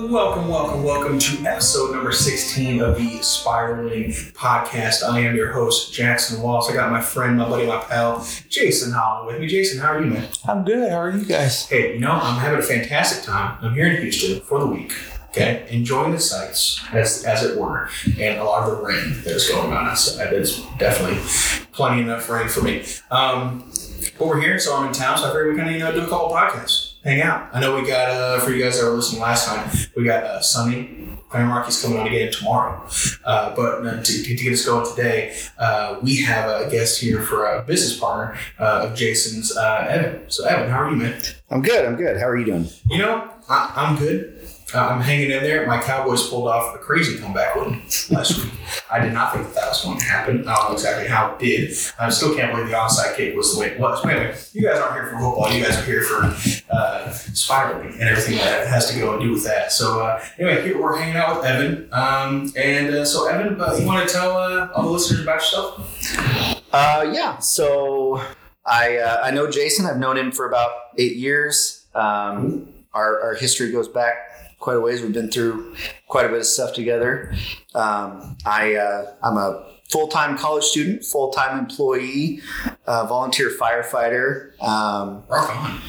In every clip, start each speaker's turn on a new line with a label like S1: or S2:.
S1: Welcome, welcome, welcome to episode number 16 of the Spiraling Podcast. I am your host, Jackson Wallace. I got my friend, my buddy, my pal, Jason Holland with me. Jason, how are you, man?
S2: I'm good. How are you guys?
S1: Hey, you know, I'm having a fantastic time. I'm here in Houston for the week, okay? Enjoying the sights, as, as it were, and a lot of the rain that is going on outside. It's definitely plenty enough rain for me. Um, but we're here, so I'm in town, so I figured we kind of, you know, do a couple podcasts. Hang out. I know we got, uh, for you guys that were listening last time, we got uh, Sunny. Clan Rocky's coming on again tomorrow. Uh, but uh, to, to get us going today, uh, we have a guest here for a business partner uh, of Jason's, uh, Evan. So, Evan, how are you, man?
S2: I'm good. I'm good. How are you doing?
S1: You know, I, I'm good. Uh, I'm hanging in there. My Cowboys pulled off a crazy comeback win last week. I did not think that, that was going to happen. I don't know exactly how it did. I still can't believe the onside kick was the way it was. But anyway, you guys aren't here for football. You guys are here for uh, spiraling and everything that has to go and do with that. So uh, anyway, here we're hanging out with Evan. Um, and uh, so, Evan, uh, you want to tell uh, all the listeners about yourself?
S2: Uh, yeah. So I uh, I know Jason. I've known him for about eight years. Um, our our history goes back quite a ways. We've been through quite a bit of stuff together. Um, I uh, I'm a full time college student, full time employee, uh, volunteer firefighter. Um,
S1: Rock on.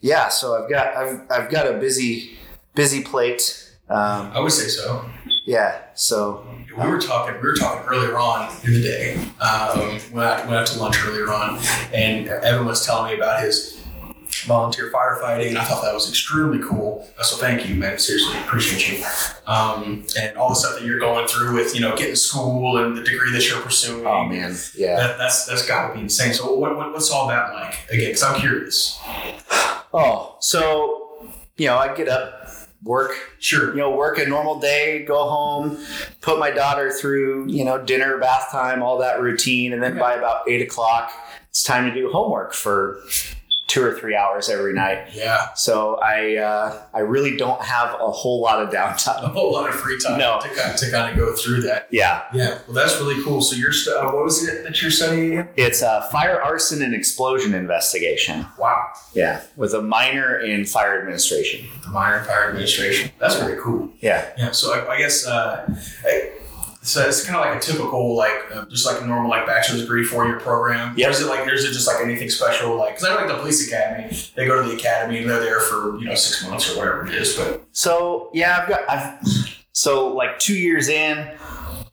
S2: yeah. So I've got I've I've got a busy busy plate. Um,
S1: I would say so.
S2: yeah. So
S1: We were talking. We were talking earlier on in the day um, when I went out to lunch earlier on, and Evan was telling me about his volunteer firefighting, and I thought that was extremely cool. Uh, So thank you, man. Seriously, appreciate you. Um, and all the stuff that you're going through with you know getting to school and the degree that you're pursuing.
S2: Oh man, yeah.
S1: That, that's that's got to be insane. So what, what, what's all that like again? Because I'm curious.
S2: Oh, so you know, I get up, work, you
S1: Sure.
S2: know, work a normal day, go home, put my daughter through, you know, dinner, bath time, all that routine, and then by about eight o'clock, it's time to do homework for two or three hours every night.
S1: Yeah.
S2: So I uh, I really don't have a whole lot of
S1: A
S2: downtime.
S1: whole lot of free time
S2: No.
S1: to, kind of, to kind of go through that.
S2: Yeah,
S1: Yeah. Well, that's really cool. So you're stu- uh, what was it that you're studying? again?
S2: it's a fire arson and explosion investigation.
S1: Wow.
S2: Yeah, with a minor in fire administration.
S1: the Minor Fire Administration. That's very cool.
S2: Yeah,
S1: Yeah. So I, I guess uh, I- so. It's kind of like a typical, like uh, just like a normal, like bachelor's degree four year program.
S2: Yep.
S1: Or Is it like? Or is it just like anything special? Like, because I know like the police academy, they go to the academy and they're there for you know six months or whatever it is. But
S2: So yeah, I've got I've so like two years in,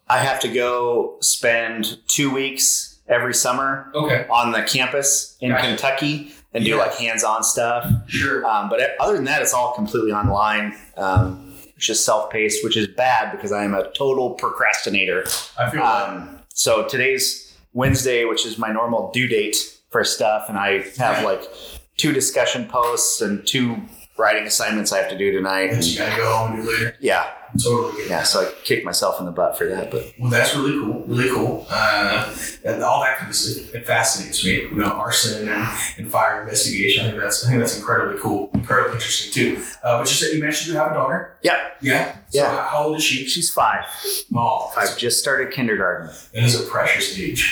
S2: I have to go spend two weeks every summer
S1: okay,
S2: on the campus in
S1: Gotcha.
S2: Kentucky and do
S1: Yeah.
S2: like hands-on stuff.
S1: sure.
S2: Um, but other than that, it's all completely online. Um, it's just self-paced, which is bad because I am a total procrastinator.
S1: I feel like
S2: Um, so today's Wednesday, which is my normal due date for stuff, and I have like two discussion posts and two writing assignments I have to do tonight.
S1: that you gotta go home and do later.
S2: yeah,
S1: Totally. get it.
S2: yeah, so I kicked myself in the butt for that, but
S1: Well, that's really cool. Really cool. Uh, and all that kind of stuff it fascinates me. You know, arson and, and fire investigation. I think that's I think that's incredibly cool. Incredibly interesting too. Uh, but you said you mentioned you have a daughter.
S2: yeah,
S1: Yeah. So
S2: Yeah.
S1: how- how old is she?
S2: she's five.
S1: Oh,
S2: I've just started kindergarten.
S1: that is a precious age.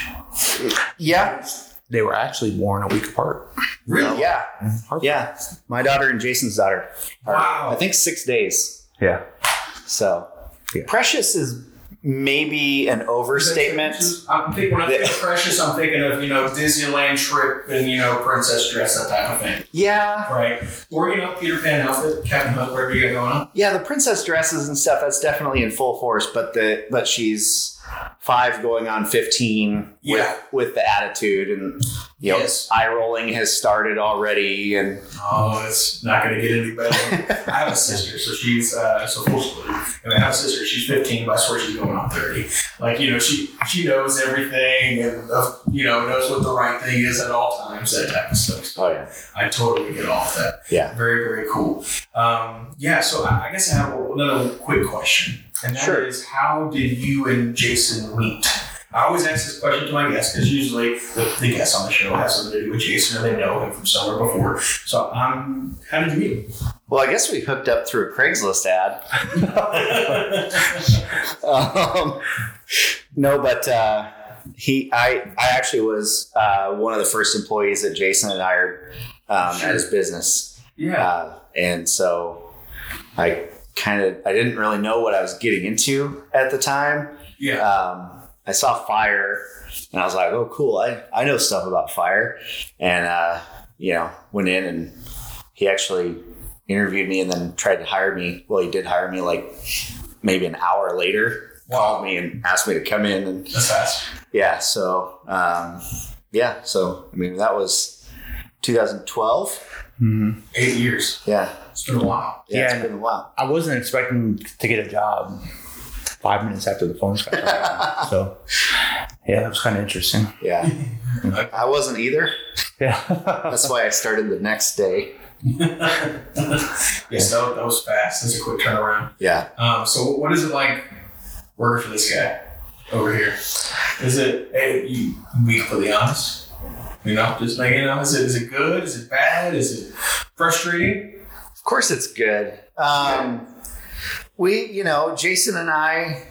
S2: Yeah,
S3: They were actually born a week apart.
S2: yeah,
S3: Harper.
S2: yeah. My daughter and Jason's daughter. are,
S1: Wow.
S2: I think six days.
S3: Yeah.
S2: So
S3: Yeah.
S2: precious is maybe an overstatement.
S1: I'm thinking when I think of precious, I'm thinking of you know Disneyland trip and you know princess dress that type of thing,
S2: Yeah,
S1: right? Or you know Peter Pan outfit, Captain Hook, whatever you got going on.
S2: yeah. The princess dresses and stuff. That's definitely in full force. But the but she's five, going on fifteen.
S1: Yeah.
S2: With, with the attitude and you know,
S1: Yes.
S2: eye rolling has started already, and
S1: Oh, it's not going to get any better. I have a sister, so she's uh, so full split. And I have a sister, she's 15, but I swear she's going on 30. Like you know, she she knows everything, and uh, you know knows what the right thing is at all times. That type of stuff.
S2: oh yeah,
S1: I totally get off that.
S2: Yeah.
S1: Very, very cool. Um, yeah, so I, I guess I have another quick question. And that is,
S2: Sure.
S1: how did you and Jason meet? I always ask this question to my guests because usually the, the guest on the show has something to do with Jason or they know him from somewhere before. So, um, how did you meet him?
S2: Well, I guess we hooked up through a Craigslist ad. Um, no, but uh, he, I, I actually was uh, one of the first employees that Jason had hired um,
S1: Sure.
S2: at his business,
S1: yeah.
S2: uh, and so I kind of I didn't really know what I was getting into at the time.
S1: Yeah.
S2: Um, I saw fire, and I was like, "Oh, cool! I I know stuff about fire," and uh, you know, went in and he actually interviewed me, and then tried to hire me. Well, he did hire me like maybe an hour later. Called me and asked me to come in and
S1: That's fast.
S2: yeah so um, yeah so i mean that was 2012
S1: Eight years.
S2: yeah
S1: It's been a while.
S2: yeah, it's
S3: Yeah.
S2: been a while
S3: I wasn't expecting to get a job five minutes after the phone got cut. so yeah, it was kind of interesting.
S2: yeah i wasn't either
S3: Yeah,
S2: that's why i started the next day
S1: Yes, that, that was fast. That's a quick turnaround.
S2: yeah
S1: Um, so, what is it like working for this guy over here? Is it, hey, you be completely honest? You know, just like, you know, is it, is it good? Is it bad? Is it frustrating?
S2: of course it's good um, we you know jason and i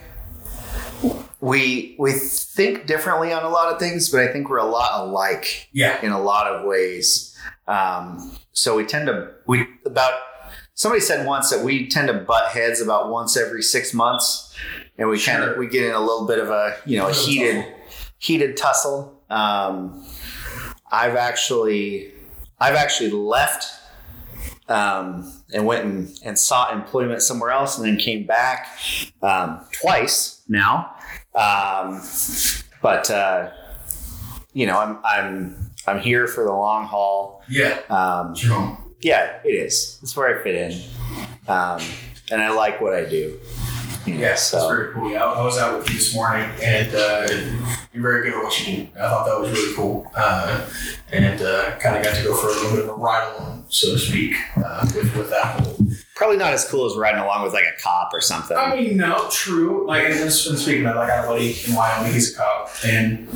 S2: we we think differently on a lot of things but i think we're a lot alike
S1: Yeah.
S2: in a lot of ways. Um, so we tend to we about somebody said once that we tend to butt heads about once every six months, and we kind
S1: Sure.
S2: of we get in a little bit of a you know a
S1: Little
S2: heated
S1: tussle.
S2: heated tussle. Um, I've actually I've actually left um, and went and, and sought employment somewhere else, and then came back um, twice now. Um, but uh, you know, I'm I'm I'm here for the long haul.
S1: Yeah.
S2: Um,
S1: It's your home.
S2: yeah, it is. It's where I fit in, um, and I like what I do.
S1: Yes, that's
S2: So-
S1: very cool. Yeah, I I was out with you this morning, and uh, you're very good at what you do. I thought that was really cool, uh, and uh, kind of got to go for a little bit of a ride along, so to speak, uh, with, with that whole
S2: Probably not as cool as riding along with like a cop or something.
S1: I mean, no, true. Like, and, and speaking of, it, like, I got a buddy in Wyoming. He's a cop, and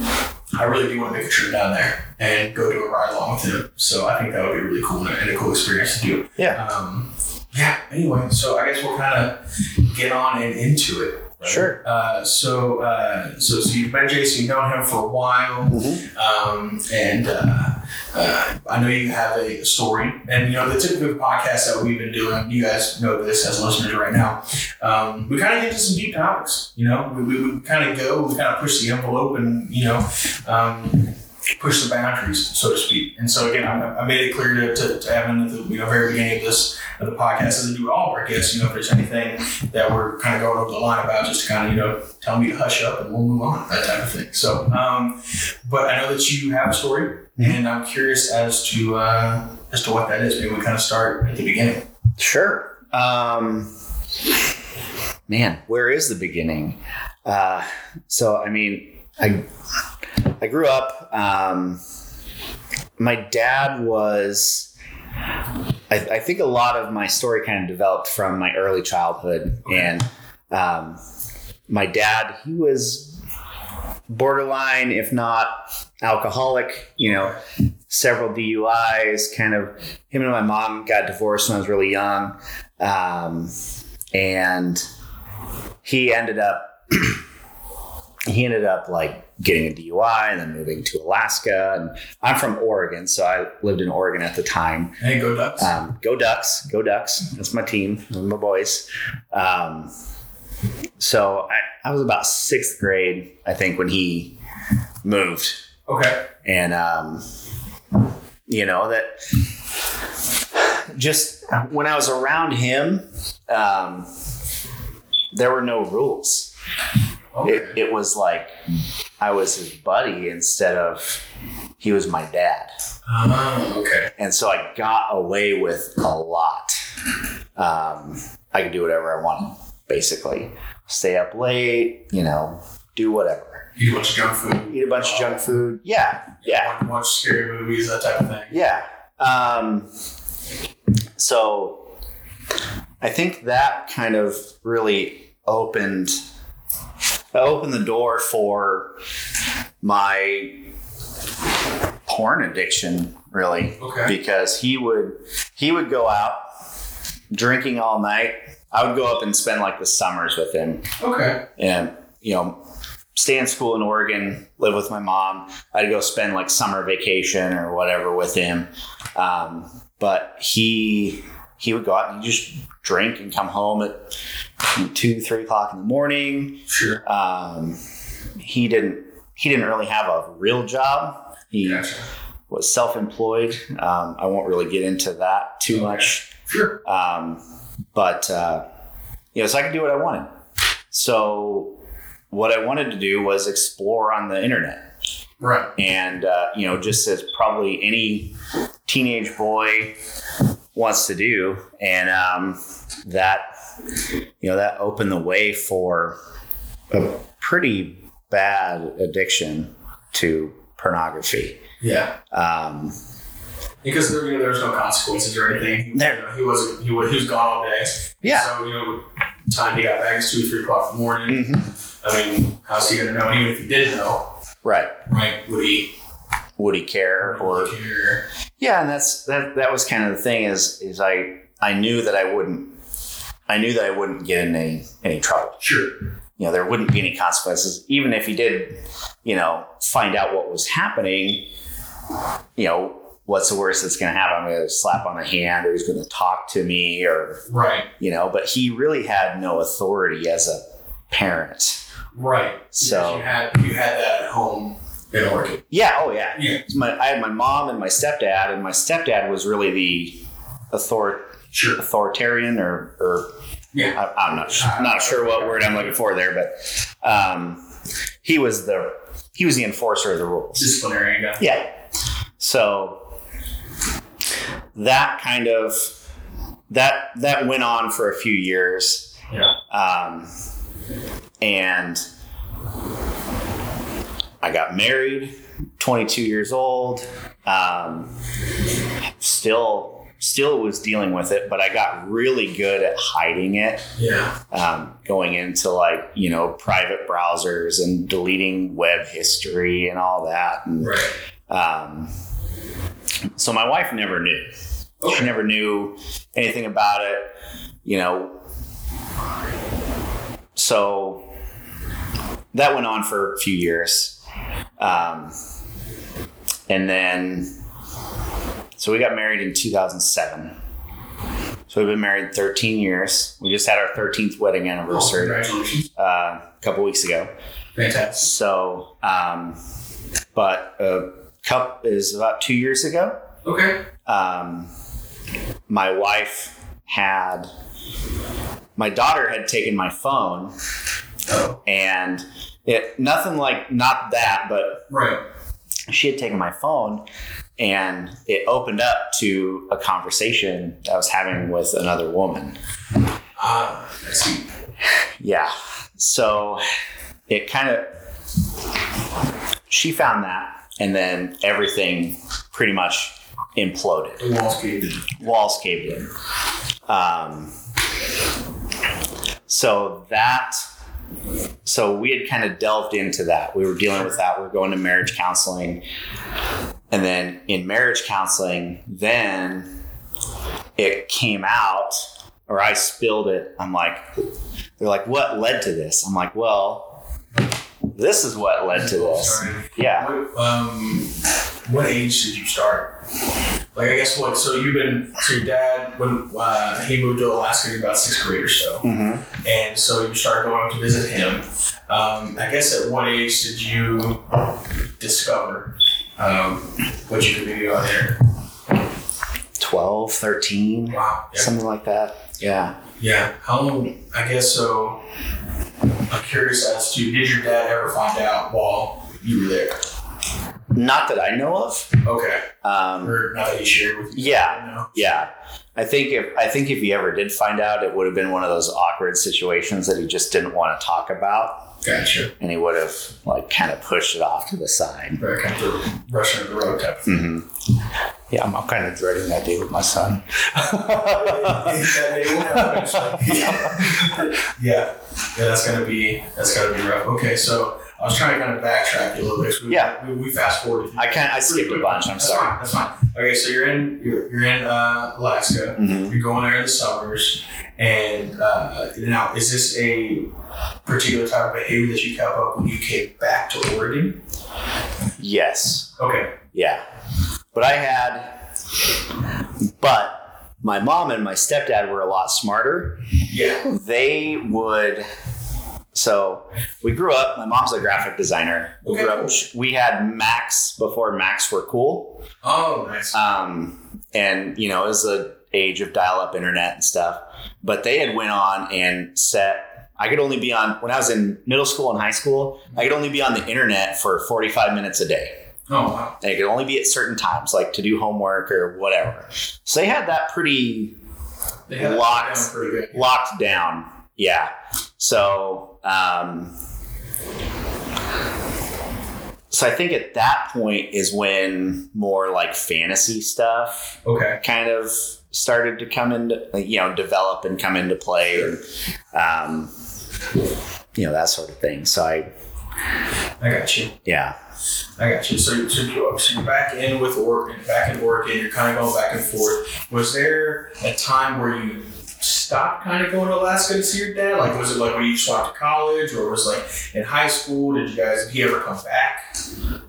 S1: I really do want to make a trip down there and go do a ride along with him. So I think that would be really cool and a, and a cool experience to do.
S2: Yeah.
S1: Um, yeah. Anyway, so I guess we'll kind of get on and into it.
S2: Sure.
S1: Uh, so, uh, so, so you've been Jason, you've known him for a while,
S2: Mhm.
S1: um, and uh, uh, I know you have a story, and you know the typical podcast that we've been doing. You guys know this as listeners right now. Um, we kind of get into some deep topics. You know, we, we, we kind of go, we kind of push the envelope, and you know. Um, Push the boundaries, so to speak, and so again, I, I made it clear to, to, to Evan at the you know, very beginning of this of the podcast, as I do with all of our guests, you know, if there's anything that we're kind of going over the line about, just to kind of you know tell me to hush up and we'll move on, that type of thing. So, um, but I know that you have a story,
S2: Mm-hmm.
S1: and I'm curious as to uh, as to what that is. Maybe we kind of start at the beginning.
S2: Sure. Um, man, where is the beginning? Uh, so, I mean, I I grew up. Um, my dad was. I, I think a lot of my story kind of developed from my early childhood, and um, my dad he was borderline, if not alcoholic. You know, several DUIs. Kind of him and my mom got divorced when I was really young. Um, and he ended up he ended up like getting a DUI and then moving to Alaska. And I'm from Oregon, so I lived in Oregon at the time.
S1: Hey, go Ducks!
S2: Um, go Ducks, go Ducks. That's my team, those are my boys. Um, so I, I was about sixth grade, I think, when he moved
S1: okay,
S2: and um, you know that just when I was around him, um, there were no rules.
S1: okay,
S2: It, it was like I was his buddy instead of he was my dad,
S1: Ah, okay.
S2: and so I got away with a lot. Um, I could do whatever I wanted, basically. Stay up late, you know, do whatever.
S1: You watch junk food,
S2: Eat a bunch of junk food. Yeah, yeah.
S1: watch, watch scary movies, that type of thing.
S2: Yeah. Um, so I think that kind of really opened opened the door for my porn addiction really
S1: Okay.
S2: because he would he would go out drinking all night. I would go up and spend like the summers with him
S1: Okay.
S2: and you know stay in school in Oregon, live with my mom. I'd go spend like summer vacation or whatever with him. Um, but he he would go out and he'd just drink and come home at you know, two, three o'clock in the morning.
S1: Sure.
S2: um, he didn't he didn't really have a real job. He
S1: Gotcha.
S2: was self-employed. Um, I won't really get into that too
S1: Okay.
S2: much,
S1: Sure.
S2: um, but uh, you know, so I could do what I wanted. So what I wanted to do was explore on the internet
S1: Right.
S2: and uh, you know just as probably any teenage boy wants to do and um, that you know that opened the way for a pretty bad addiction to pornography
S1: Yeah.
S2: um,
S1: Because there, you know, there was no consequences or anything.
S2: There-
S1: You know, he wasn't. He was, he was gone all day.
S2: Yeah.
S1: So you know, time he got back is two, three o'clock in the morning.
S2: mhm,
S1: I mean, how's he gonna know? And even if he did know,
S2: right
S1: right? Would he
S2: would he care or
S1: care?
S2: yeah and that's that that was kind of the thing is is i i knew that i wouldn't i knew that i wouldn't get in any any trouble
S1: Sure.
S2: you know, there wouldn't be any consequences. Even if he did, you know, find out what was happening, you know, what's the worst that's going to happen? I'm going to slap on the hand or he's going to talk to me or,
S1: Right.
S2: you know, but he really had no authority as a parent.
S1: Right.
S2: So-
S1: you had you had that at home in Oregon.
S2: Yeah. Oh, yeah.
S1: Yeah.
S2: My, I had my mom and my stepdad, and my stepdad was really the author,
S1: Sure.
S2: authoritarian or, or
S1: Yeah.
S2: I, I'm not su- not sure what word I'm looking for there, but um, he was the he was the enforcer of the rules.
S1: Disciplinary guy.
S2: Yeah. So that kind of that that went on for a few years,
S1: Yeah.
S2: um, and I got married, 22 years old. Um, still still was dealing with it, but I got really good at hiding it
S1: Yeah.
S2: um, going into like you know private browsers and deleting web history and all that and
S1: Right.
S2: um, so my wife never knew she
S1: Okay.
S2: never knew anything about it you know so that went on for a few years um, and then so we got married in 2007 so we've been married 13 years we just had our 13th wedding
S1: Oh,
S2: anniversary
S1: congratulations.
S2: uh, a couple weeks ago
S1: Fantastic.
S2: so, um, but a cup is about two years ago.
S1: Okay.
S2: Um, my wife had, my daughter had taken my phone,
S1: Oh.
S2: and it nothing like not that, but
S1: Right.
S2: she had taken my phone, and it opened up to a conversation I was having with another woman.
S1: Ah, I see.
S2: Yeah. So it kind of she found that and then everything pretty much imploded.
S1: The walls caved in.
S2: Walls caved in. Um so that so we had kind of delved into that. We were dealing with that. We were going to marriage counseling. And then in marriage counseling, then it came out or I spilled it. I'm like, they're like, what led to this? I'm like, well, this is what led to this.
S1: Sorry.
S2: Yeah.
S1: What, um, what age did you start? Like, I guess what? So you've been so your dad when uh, he moved to Alaska, you're about sixth grade or so,
S2: Mm-hmm.
S1: and so you started going up to visit him. Um, I guess at what age did you discover um, what you could do on there?
S2: 12, 13,
S1: Wow. Yeah.
S2: something like that. Yeah.
S1: Yeah. How long? I guess so. I'm curious as to did your dad ever find out while you were there?
S2: Not that I know of.
S1: Okay.
S2: Um,
S1: Or not that he shared with you?
S2: Yeah.
S1: No.
S2: Yeah. I think if I think if he ever did find out, it would have been one of those awkward situations that he just didn't want to talk about,
S1: Gotcha.
S2: and he would have like kind of pushed it off to the side.
S1: Very kind of rushing the road type.
S2: hmm
S3: Yeah, I'm, I'm kind of dreading that day with my son.
S1: yeah. yeah, that's gonna be that's gonna be rough. Okay, so I was trying to kind of backtrack a little bit. We,
S2: Yeah.
S1: we, we fast forwarded.
S2: I can I skipped a bunch. I'm
S1: That's
S2: sorry.
S1: fine. That's fine. Okay, so you're in you're, you're in uh, Alaska.
S2: Mhm.
S1: You're going there in the summers, and uh, now is this a particular type of behavior that you kept up when you came back to Oregon?
S2: Yes.
S1: Okay,
S2: Yeah. But I had, but my mom and my stepdad were a lot smarter.
S1: Yeah.
S2: They would. So we grew up. My mom's a graphic designer. We grew up. We had Macs before Macs were cool,
S1: Oh, nice.
S2: um, and you know it was the age of dial-up internet and stuff. But they had went on and set. I could only be on when I was in middle school and high school. I could only be on the internet for forty-five minutes a day.
S1: Oh, wow.
S2: They could only be at certain times, like to do homework or whatever. So they had that pretty
S1: They had that
S2: Locked.
S1: down pretty good.
S2: locked down. Yeah. So, um, so I think at that point is when more like fantasy stuff
S1: Okay.
S2: kind of started to come into, you know, develop and come into play, and, um, you know, that sort of thing. So I,
S1: I got you.
S2: yeah.
S1: I got you. So, so, you- so you're back in with Oregon, back in Oregon. You're kind of going back and forth. Was there a time where you stopped kind of going to Alaska to see your dad? Like, was it like when you stopped to college, or was it like in high school? Did you guys? Did he ever come back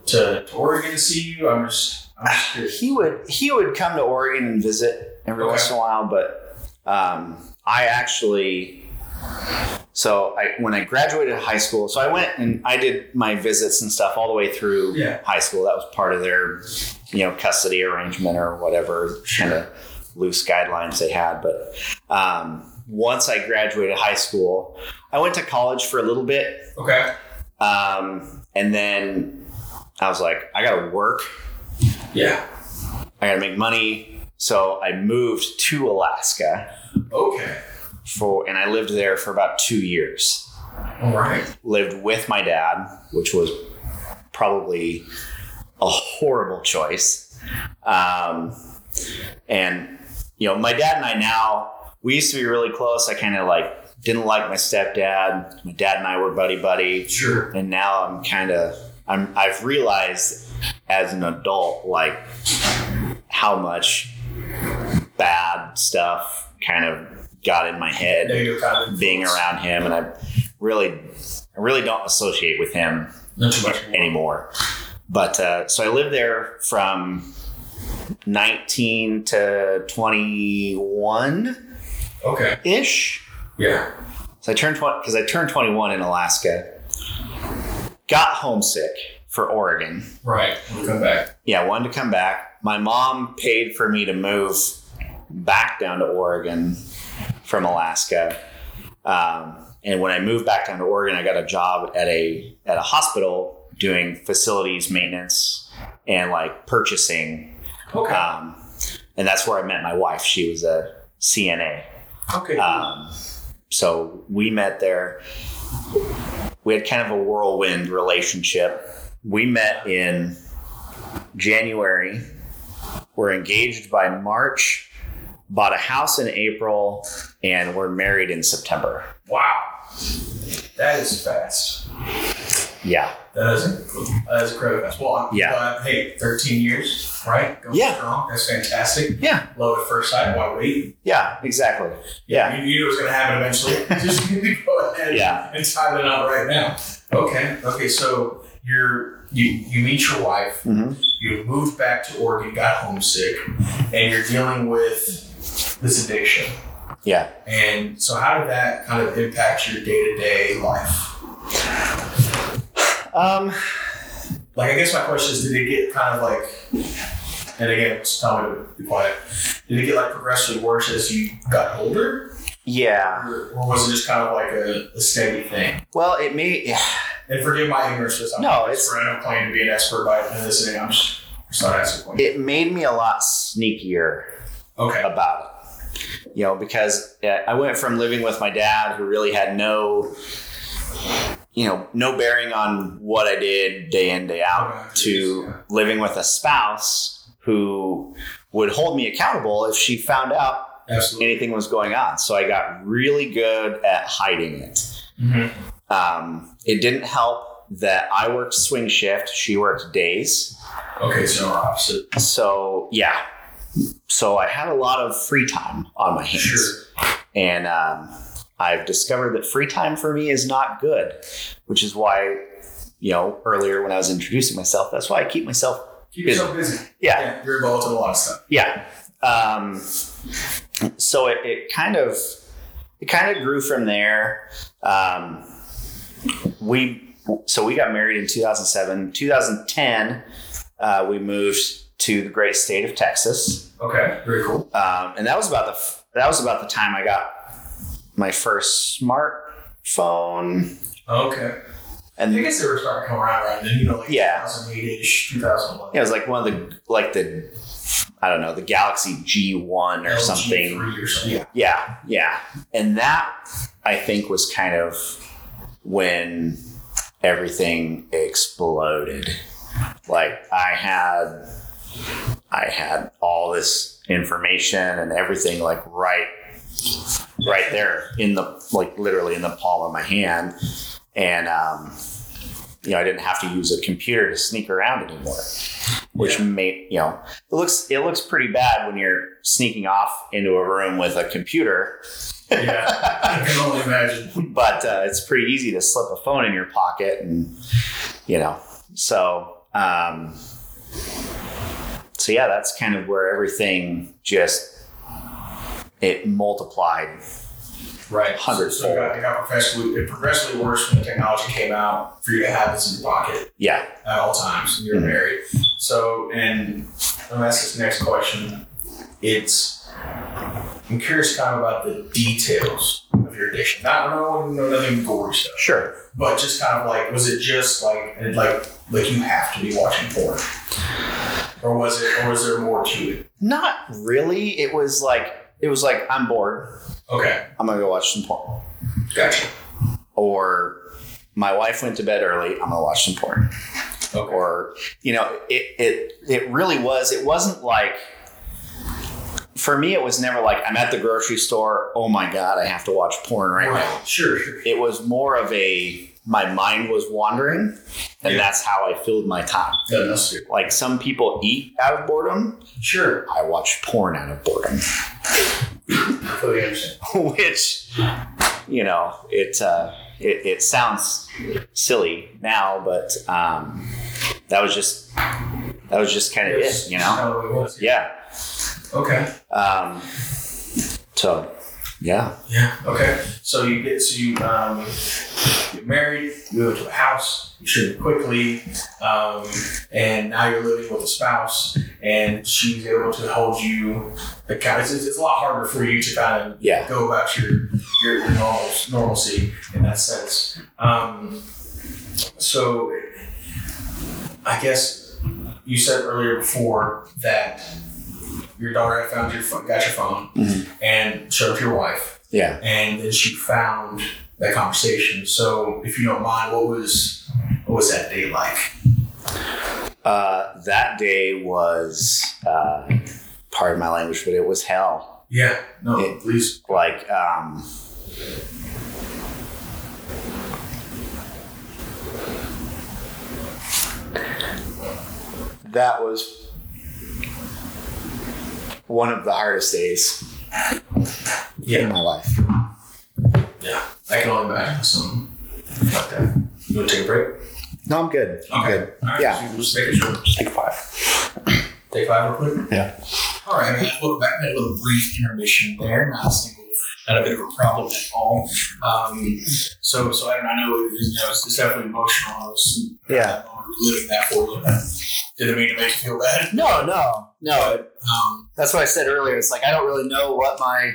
S1: to, to Oregon to see you? I'm just, I'm just curious.
S2: he would he would come to Oregon and visit every
S1: Okay.
S2: once in a while, but um, I actually so I when I graduated high school, so I went and I did my visits and stuff all the way through
S1: Yeah.
S2: high school. That was part of their you know custody arrangement or whatever kind of loose guidelines they had. But um, once I graduated high school, I went to college for a little bit
S1: Okay.
S2: um, and then I was like, I gotta work.
S1: Yeah.
S2: I gotta make money. So I moved to Alaska
S1: Okay.
S2: for, and I lived there for about two years.
S1: All right.
S2: Lived with my dad, which was probably a horrible choice. Um, and you know, my dad and I now we used to be really close. I kind of like didn't like my stepdad. My dad and I were buddy buddy.
S1: Sure.
S2: and now I'm kind of I'm I've realized as an adult like how much bad stuff kind of got in my head
S1: Negative kind of
S2: being around him and I really I really don't associate with him
S1: Not too much anymore.
S2: anymore. But uh, so I lived there from 19 to 21
S1: Okay.
S2: ish.
S1: Yeah.
S2: So I turned 20 because I turned 21 in Alaska. Got homesick for Oregon.
S1: Right. We'll come back.
S2: Yeah, wanted to come back. My mom paid for me to move back down to Oregon from Alaska. Um, and when I moved back down to Oregon, I got a job at a at a hospital doing facilities maintenance and like purchasing.
S1: Okay.
S2: Um, and that's where I met my wife. She was a CNA.
S1: okay.
S2: Um, so we met there. We had kind of a whirlwind relationship. We met in January. We're engaged by March, bought a house in April, and we're married in September.
S1: wow. That is fast.
S2: Yeah.
S1: That is that is incredible. That's well, I'm
S2: Yeah.
S1: glad- hey, thirteen years, right? Go
S2: Yeah.
S1: strong. That's fantastic.
S2: Yeah.
S1: Love at first sight. Why wait?
S2: Yeah, exactly. Yeah.
S1: You knew it was going to happen eventually. Just need to go ahead
S2: Yeah.
S1: and tie that up right now. Okay. Okay. So you're you you meet your wife.
S2: Mhm.
S1: You moved back to Oregon, got homesick, and you're dealing with this addiction.
S2: Yeah.
S1: And so, how did that kind of impact your day to day life?
S2: Um,
S1: Like, I guess my question is, did it get kind of like, and again, just tell me to be quiet. Did it get like progressively worse as you got older,
S2: yeah.
S1: or, or was it just kind of like a, a steady thing?
S2: Well, it may.
S1: And forgive my ignorance, for this. I'm
S2: No,
S1: not an
S2: it's-
S1: expert. I don't claim to be an expert by any of this thing. I'm just, just not asking. Point.
S2: It made me a lot sneakier
S1: okay.
S2: about it. You know, because uh, I went from living with my dad, who really had no, you know, no bearing on what I did day in, day out, to living with a spouse who would hold me accountable if she found out
S1: Absolutely.
S2: anything was going on. So I got really good at hiding it.
S1: Mhm.
S2: Um, it didn't help that I worked swing shift, she worked days.
S1: Okay, so we're opposite.
S2: So, yeah. So I had a lot of free time on my hands
S1: Sure.
S2: and um, I've discovered that free time for me is not good, which is why, you know, earlier when I was introducing myself, that's why I keep myself.
S1: Keep yourself busy.
S2: Yeah,
S1: Yeah, you're involved in a lot of stuff.
S2: yeah. Um, so it, it kind of it kind of grew from there. Um, we so we got married in 2007. 2010, uh, we moved to the great state of Texas,
S1: Okay. Very cool.
S2: um, and that was about the f- that was about the time I got my first smartphone.
S1: Okay. I
S2: And yeah,
S1: guess they were starting to come around around then, you know, like
S2: Yeah.
S1: 2008 ish, 2011.
S2: it was like one of the like the I don't know the Galaxy G1 or
S1: LG
S2: something.
S1: Three or something. Yeah.
S2: Yeah, yeah. And that I think was kind of when everything exploded. Like I had I had all this information and everything like right right there in the like literally in the palm of my hand. And um you know, I didn't have to use a computer to sneak around anymore. Which made you know it looks it looks pretty bad when you're sneaking off into a room with a computer,
S1: yeah. I can only imagine.
S2: but uh, it's pretty easy to slip a phone in your pocket, and you know. So, um, so yeah, that's kind of where everything just it multiplied.
S1: Right.
S2: Hundred
S1: So it got, it got progressively, it progressively worse when the technology came out for you to have this in your pocket.
S2: Yeah,
S1: at all times. and You're
S2: Mhm.
S1: married. So, and I'm ask this next question. It's I'm curious kind of about the details of your addiction. Not I don't want to know nothing gory stuff,
S2: sure.
S1: but just kind of like was it just like and like like you have to be watching porn, or was it or was there more to it?
S2: Not really. It was like it was like I'm bored.
S1: Okay,
S2: I'm gonna go watch some porn,
S1: gotcha.
S2: or my wife went to bed early. I'm gonna watch some porn.
S1: Okay,
S2: or you know it it it really was it wasn't like for me it was never like i'm at the grocery store oh my god i have to watch porn right, now
S1: right, sure, sure.
S2: it was more of a my mind was wandering and
S1: Yeah.
S2: that's how i filled my time
S1: That must be-
S2: like some people eat out of boredom
S1: Sure,
S2: i watch porn out of boredom
S1: completely understand.
S2: which you know it uh, it, it sounds silly now but um, that was just that was just kind of it you know
S1: Kind of what it was.
S2: yeah
S1: Okay.
S2: um, so yeah
S1: Yeah. Okay. So you get so you um, get married, you move to a house, you shrink quickly, um, and now you're living with a spouse, and she's able to hold you. Account. It's, it's a lot harder for you to kind of
S2: yeah
S1: go about your your, your normal, normalcy in that sense. Um, so I guess you said earlier before that your daughter had found your phone, got your phone,
S2: Mhm.
S1: and showed it to your wife
S2: yeah
S1: and then she found that conversation. So, if you don't mind, what was what was that day like?
S2: uh, that day was uh, pardon my language but it was hell
S1: Yeah, no,
S2: Yeah.
S1: please.
S2: like um, that was one of the hardest days in
S1: Yeah,
S2: my life.
S1: I can only imagine some like that. You want to take a break?
S2: No, I'm good. I'm good.
S1: All right.
S2: Yeah.
S1: so just make it short.
S3: Take five.
S1: Take five real quick.
S3: Yeah.
S1: All right. man. Look back. Had a little brief intermission there. Not a single, not a bit of a problem at all. Um, so, so I don't know. It was, you know, it's definitely emotional. I was
S2: Yeah.
S1: living that for you. Didn't mean to make you feel bad.
S4: No, no, no. it-
S1: Um,
S4: That's what I said earlier. It's like I don't really know what my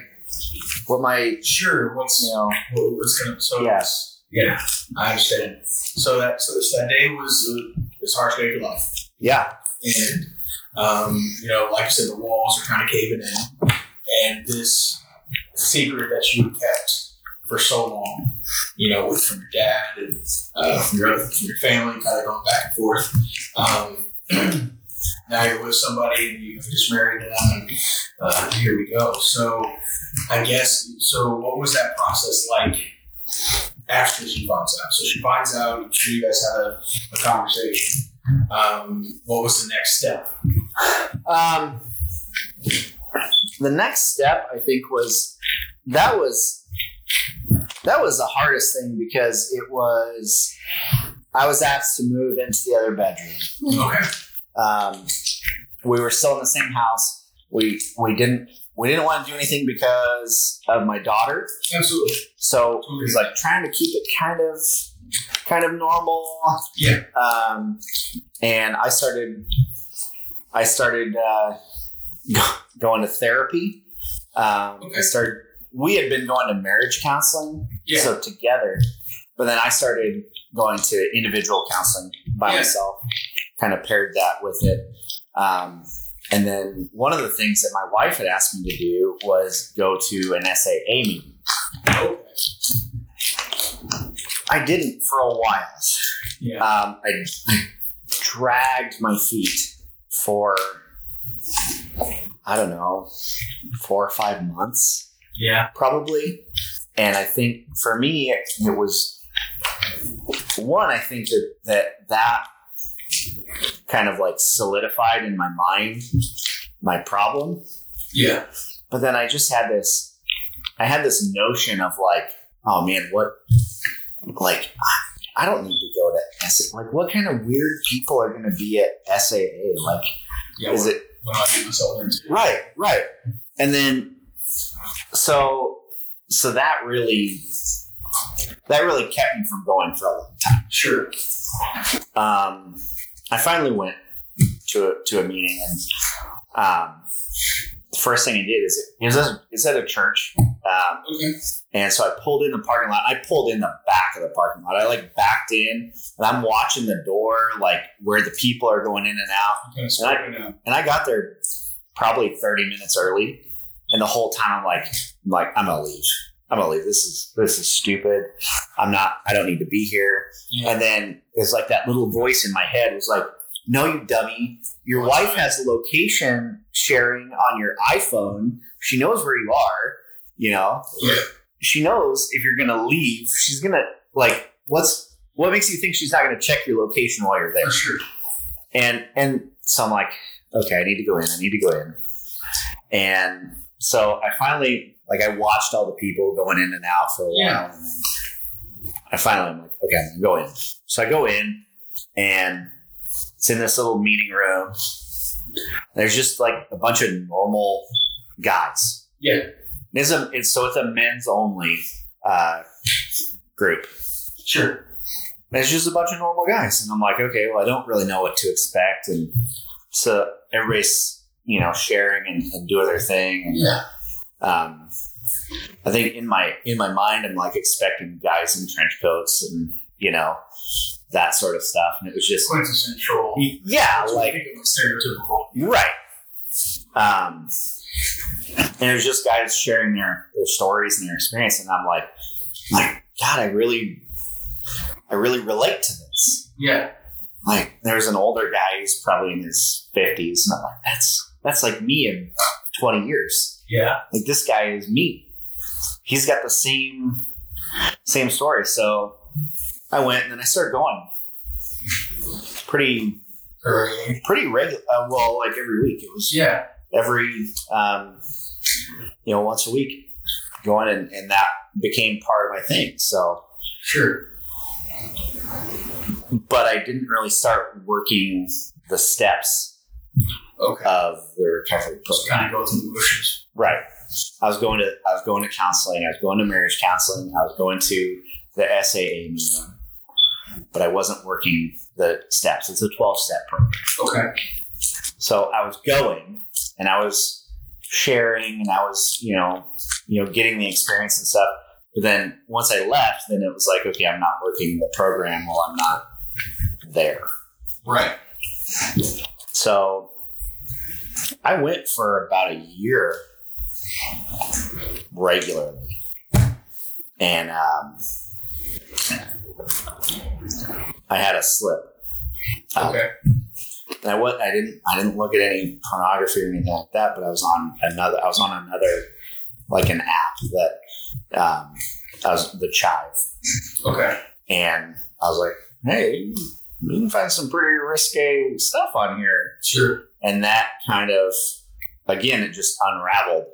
S4: what my
S1: sure. What's uh,
S4: you know.
S1: what was gonna so
S4: Yes.
S1: yeah I understand so that so, so that day was uh, was harsh day of your life
S2: Yeah.
S1: and um, you know like I said the walls are kind of caving in and this secret that you kept for so long you know with from your dad and uh, from your from your family kind of going back and forth um, now you're with somebody and you just married them and uh, here we go so I guess. So, what was that process like after she finds out? So she finds out. I'm sure you guys had a, a conversation. Um, what was the next step?
S4: Um, the next step I think was that was that was the hardest thing because it was I was asked to move
S2: Hmm.
S4: into the other bedroom.
S1: Okay.
S4: Um, we were still in the same house.
S2: we we didn't we didn't want to do anything because of my daughter.
S1: Absolutely.
S2: So it was like trying to keep it kind of kind of normal.
S1: Yeah.
S2: Um, and I started I started uh, going to therapy. Um, I
S1: Okay.
S2: started. We had been going to marriage counseling,
S1: Yeah.
S2: so together. But then I started going to individual counseling by
S1: Yeah.
S2: myself. Kind of paired that with it. Um, and then one of the things that my wife had asked me to do was go to an SAA meeting. I didn't for a while.
S1: Yeah.
S2: Um, I dragged my feet for, I don't know, four or five months
S1: Yeah.
S2: probably. And I think for me, it, it was one, I think that, that that kind of like solidified in my mind my problem
S1: Yeah.
S2: but then I just had this, I had this notion of like, oh man, what, like, I- I don't need to go to SA. Like, what kind of weird people are going to be at SAA? Like,
S1: Yeah.
S2: is it
S1: What do I get myself into?
S2: right? Right. And then, so, so that really, that really kept me from going for a long
S1: Sure.
S2: um, I finally went to a, to a meeting, and um, the first thing I did is it is at, it's at a church, um,
S1: Okay.
S2: and so I pulled in the parking lot. I pulled in the back of the parking lot. I like backed in, and I'm watching the door, like where the people are going in and out.
S1: I'm kind of scraping out.
S2: And I got there probably 30 minutes early, and the whole time I'm like, I'm like I'm gonna leave. I'm gonna leave. This is this is stupid. I'm not. I don't need to be here.
S1: Yeah.
S2: And then it's like that little voice in my head was like, No, you dummy. Your wife has location sharing on your iPhone. She knows where you are, you know?
S1: Yeah.
S2: She knows if you're gonna leave, she's gonna like what's what makes you think she's not gonna check your location while you're there?
S1: For sure.
S2: And and so I'm like, okay, I need to go in. I need to go in. And so I finally like I watched all the people going in and out for a while,
S1: Yeah.
S2: and then I finally I'm like, okay, I'm gonna go in. So I go in, and it's in this little meeting room. There's just like a bunch of normal guys.
S1: Yeah.
S2: It's a it's, so it's a men's only uh, group.
S1: Sure.
S2: And it's just a bunch of normal guys. And I'm like, okay, well, I don't really know what to expect. And so everybody's, you know, sharing and, and doing their thing. And,
S1: Yeah.
S2: um, I think in my in my mind, I'm like expecting guys in trench coats and you know that sort of stuff. And it was just
S1: Quintessential.
S2: yeah,
S1: That's what I
S2: like
S1: think of as stereotypical.
S2: right. Um, and it was just guys sharing their their stories and their experience. And I'm like, my God, I really, I really relate to this
S1: Yeah.
S2: like there's an older guy who's probably in his 50s and i'm like that's that's like me in 20 years
S1: Yeah.
S2: like this guy is me he's got the same same story so i went and then i started going pretty
S1: Early.
S2: pretty regular uh, well like every week it was
S1: Yeah.
S2: every um, you know once a week going and, and that became part of my thing so
S1: Sure.
S2: but i didn't really start working the steps
S1: Okay.
S2: of the recovery
S1: Just
S2: program.
S1: kind of go through the motions.
S2: Right. I was going to I was going to counseling. I was going to marriage counseling. I was going to the SAA meeting, but I wasn't working the steps. It's a twelve step program.
S1: Okay.
S2: So I was going and I was sharing and I was you know you know getting the experience and stuff. But then once I left, then it was like okay, I'm not working the program. Well, I'm not there.
S1: Right.
S2: So I went for about a year regularly. And um, I had a slip. Um,
S1: Okay.
S2: And I was, I didn't I didn't look at any pornography or anything like that, but I was on another I was on another like an app that um, I was the Chive
S1: Okay.
S2: and I was like, hey, you can find some pretty risque stuff on here
S1: Sure.
S2: and that kind of again it just unraveled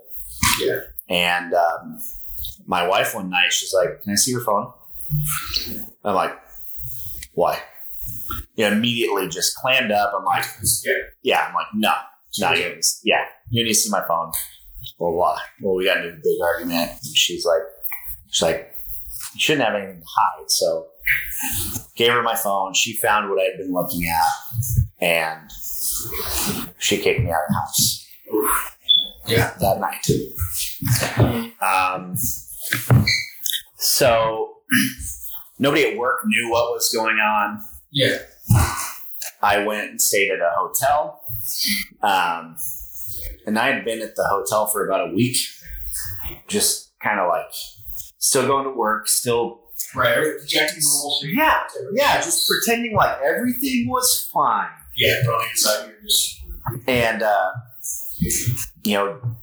S1: Yeah.
S2: and um, my wife one night she's like can i see your phone i'm like why you know, immediately just clammed up i'm like
S1: Yeah.
S2: yeah i'm like no not Eunice. Yeah, Eunice is my phone. Well, why? Well, we got into a big argument. And she's like, she's like, you shouldn't have anything to hide. So, gave her my phone. She found what I had been looking at, and she kicked me out of the house.
S1: Yeah.
S2: that night. Um, so nobody at work knew what was going on.
S1: Yeah.
S2: I went and stayed at a hotel. Um, and I had been at the hotel for about a week, just kind of like still going to work, still,
S1: Right. every- Rejecting the rules.
S2: yeah, yeah, just pretending like everything was fine.
S1: Yeah, but on the inside, you're just.
S2: And, uh, you know,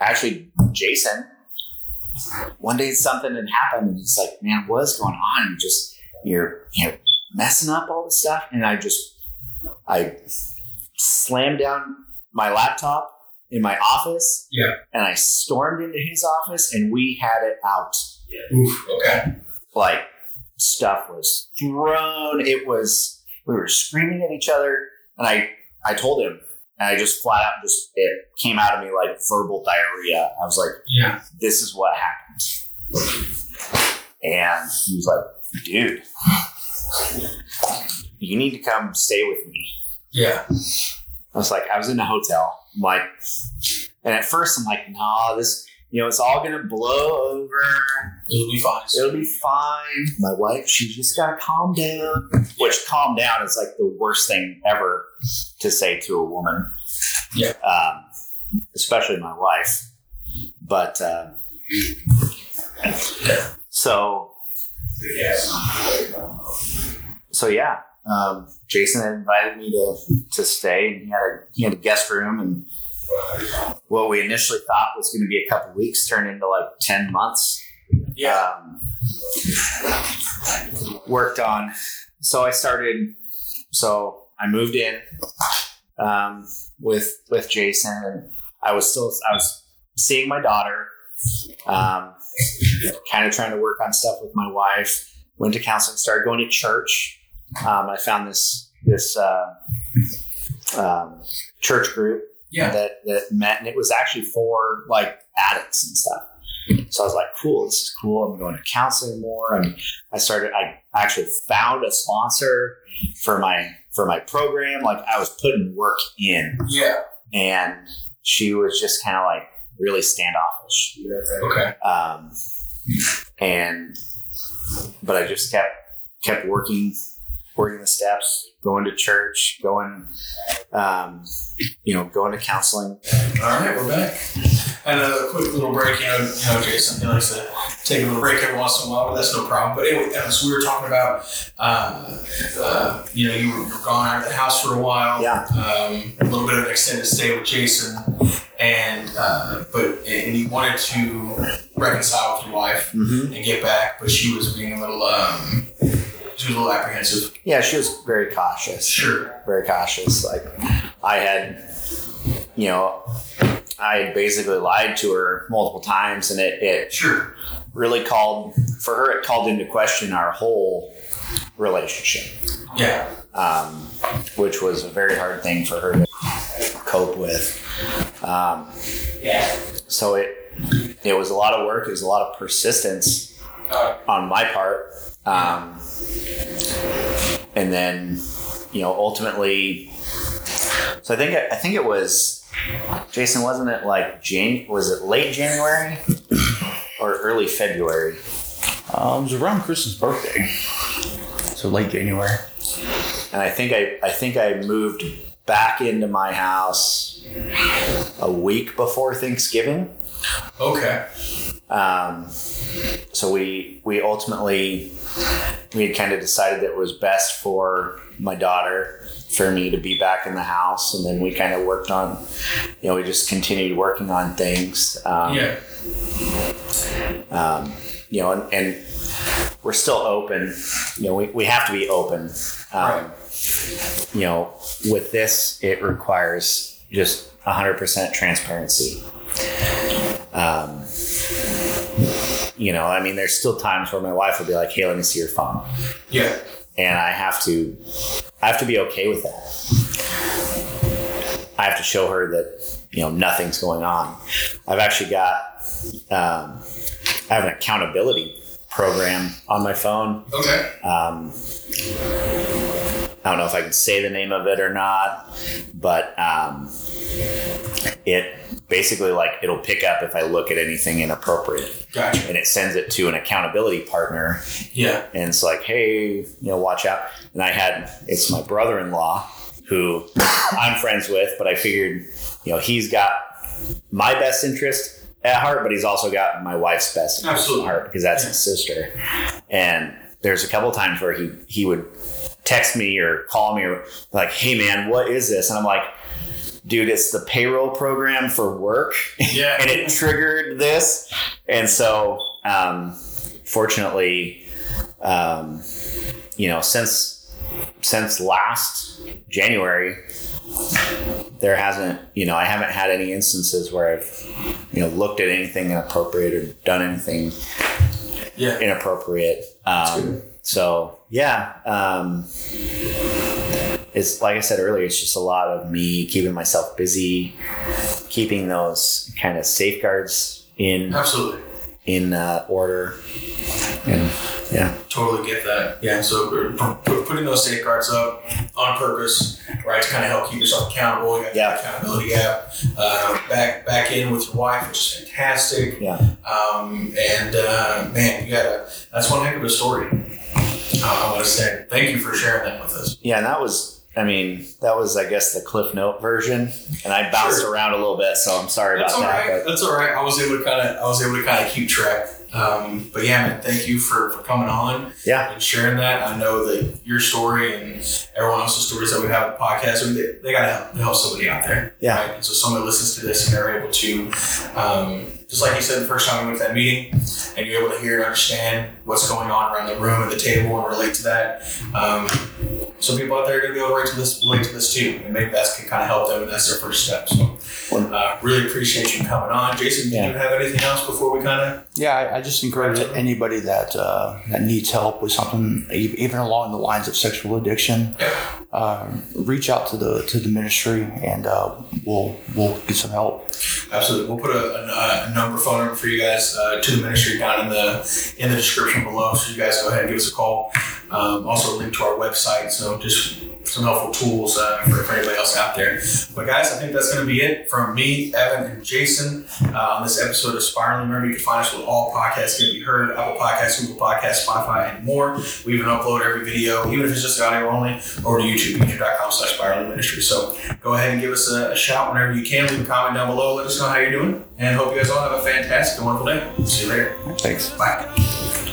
S2: actually, Jason, one day something had happened, and he's like, man, what is going on? You just, you're, you know, messing up all this stuff. And I just, I slammed down my laptop in my office.
S1: Yeah.
S2: And I stormed into his office, and we had it out.
S1: Oof. Okay.
S2: Like, stuff was thrown. It was, we were screaming at each other. And I, I told him, and I just flat out just, it came out of me like verbal diarrhea. I was like,
S1: Yeah.
S2: this is what happened. And he was like, dude, you need to come stay with me.
S1: Yeah.
S2: I was like, I was in a hotel. I'm like, and at first I'm like, nah, this, you know, it's all going to blow over.
S1: It'll be fine.
S2: It'll be fine. My wife, she just got to calm down. Which calm down is like the worst thing ever to say to a woman.
S1: Yeah.
S2: Um, especially my wife. But, uh, so
S1: Yeah.
S2: so yeah, um, Jason had invited me to to stay, and he had a he had a guest room, and what we initially thought was going to be a couple weeks turned into like ten months.
S1: Yeah.
S2: Um, worked on, so I started. So I moved in um, with with Jason, and I was still I was seeing my daughter. Um, kind of trying to work on stuff with my wife went to counseling, started going to church. Um, I found this this uh, um, church group
S1: Yeah.
S2: that that met, and it was actually for like addicts and stuff. So I was like, "Cool, this is cool." I'm going to counseling more, and I started. I actually found a sponsor for my for my program. Like I was putting work in,
S1: Yeah.
S2: and she was just kind of like really standoffish
S1: Okay.
S2: um, and but I just kept kept working working the steps, going to church, going um, you know going to counseling.
S1: All right, we're back. And uh, a quick little break, you know, you know Jason, he likes to take a little break every once in a while, but that's no problem. But anyway, Evan, so we were talking about, uh, uh, you know, you were gone out of the house for a while,
S2: Yeah.
S1: um, a little bit of an extended stay with Jason, and uh, but and you wanted to reconcile with your wife
S2: Mm-hmm.
S1: and get back, but she was being a little, um, she was a little apprehensive.
S2: Yeah, she was very cautious,
S1: Sure.
S2: very cautious. Like I had, you know, I had basically lied to her multiple times, and it it
S1: Sure.
S2: really called for her. It called into question our whole relationship.
S1: Yeah.
S2: um, which was a very hard thing for her to cope with. Um,
S1: Yeah.
S2: so it it was a lot of work. It was a lot of persistence on my part, um, and then you know ultimately. So I think I think it was Jason, wasn't it? Like Jan was it late January or early February?
S3: Um, it was around Chris's birthday, so late January.
S2: and I think I I think I moved back into my house a week before Thanksgiving.
S1: Okay.
S2: Um, so we we ultimately we had kind of decided that it was best for my daughter for me to be back in the house, and then we kind of worked on, you know, we just continued working on things. Um,
S1: Yeah.
S2: um, you know, and, and we're still open. You know, we, we have to be open.
S1: Right.
S2: Um, You know, with this, it requires just 100% transparency. Um, you know, I mean, there's still times where my wife will be like, hey, let me see your phone.
S1: Yeah.
S2: And I have to, I have to be okay with that. I have to show her that you know nothing's going on. I've actually got um, I have an accountability program on my phone.
S1: Okay.
S2: Um, I don't know if I can say the name of it or not, but um, it basically like it'll pick up if I look at anything inappropriate,
S1: Gotcha.
S2: and it sends it to an accountability partner
S1: Yeah.
S2: and it's like, hey, you know, watch out. And I had it's my brother-in-law who I'm friends with, but I figured, you know, he's got my best interest at heart, but he's also got my wife's best interest
S1: Absolutely.
S2: at heart because that's his sister. And there's a couple times where he he would text me or call me or like, hey man, what is this? And I'm like, dude, it's the payroll program for work
S1: Yeah.
S2: and it triggered this. And so, um, fortunately, um, you know, since since last January, there hasn't, you know, I haven't had any instances where I've, you know, looked at anything inappropriate or done anything
S1: yeah.
S2: inappropriate. Um, so yeah, um, it's like I said earlier. It's just a lot of me keeping myself busy, keeping those kind of safeguards in
S1: Absolutely.
S2: in uh, order, and yeah,
S1: Totally get that. Yeah. So we're p- p- putting those safeguards up on purpose, right, to kind of help keep yourself accountable. You got the
S2: Yeah.
S1: accountability app. Uh, back back in with your wife, which is fantastic.
S2: yeah,
S1: Um, and uh, man, you got a, that's one heck of a story. Uh, I want to say thank you for sharing that with us.
S2: yeah. And that was, I mean, that was, I guess, the Cliff Note version. And I bounced
S1: Sure.
S2: around a little bit, so I'm sorry
S1: That's all
S2: about that.
S1: right. That's all right. I was able to kind of I was able to kind of keep track. Um, but yeah, man, thank you for, for coming on
S2: But yeah,
S1: and sharing that. I know that your story and everyone else's stories that we have on the podcast, I mean, they, they got to help, help somebody out there.
S2: Yeah.
S1: Right? And so somebody listens to this and they're able to, um, just like you said the first time we went to that meeting, and you're able to hear and understand what's going on around the room and the table and relate to that. Um, some people out there are going to be able to relate to this, relate to this too, and maybe that's can kind of help them, and that's their first step. So, uh, really appreciate you coming on, Jason. Did you have anything else before we kind of?
S3: Yeah, I, I just encourage anybody that uh, that needs help with something, e- even along the lines of sexual addiction, um, reach out to the to the ministry, and uh, we'll we'll get some help.
S1: Absolutely. We'll put a, a, a number, phone number for you guys uh, to the ministry down in the in the description below, so you guys go ahead and give us a call. Um, also, a link to our website, so just some helpful tools uh, for, for anybody else out there. But guys, I think that's going to be it from me, Evan, and Jason uh, on this episode of Spiraling. Remember, you can find us with all podcasts can be heard: Apple Podcasts, Google Podcasts, Spotify, and more. We even upload every video, even if it's just audio only, over to YouTube, YouTube.com/slash Spiraling Ministry. So go ahead and give us a, a shout whenever you can. Leave a comment down below. Let us know how you're doing. And hope you guys all have a fantastic and wonderful day. See you later.
S3: Thanks.
S1: Bye.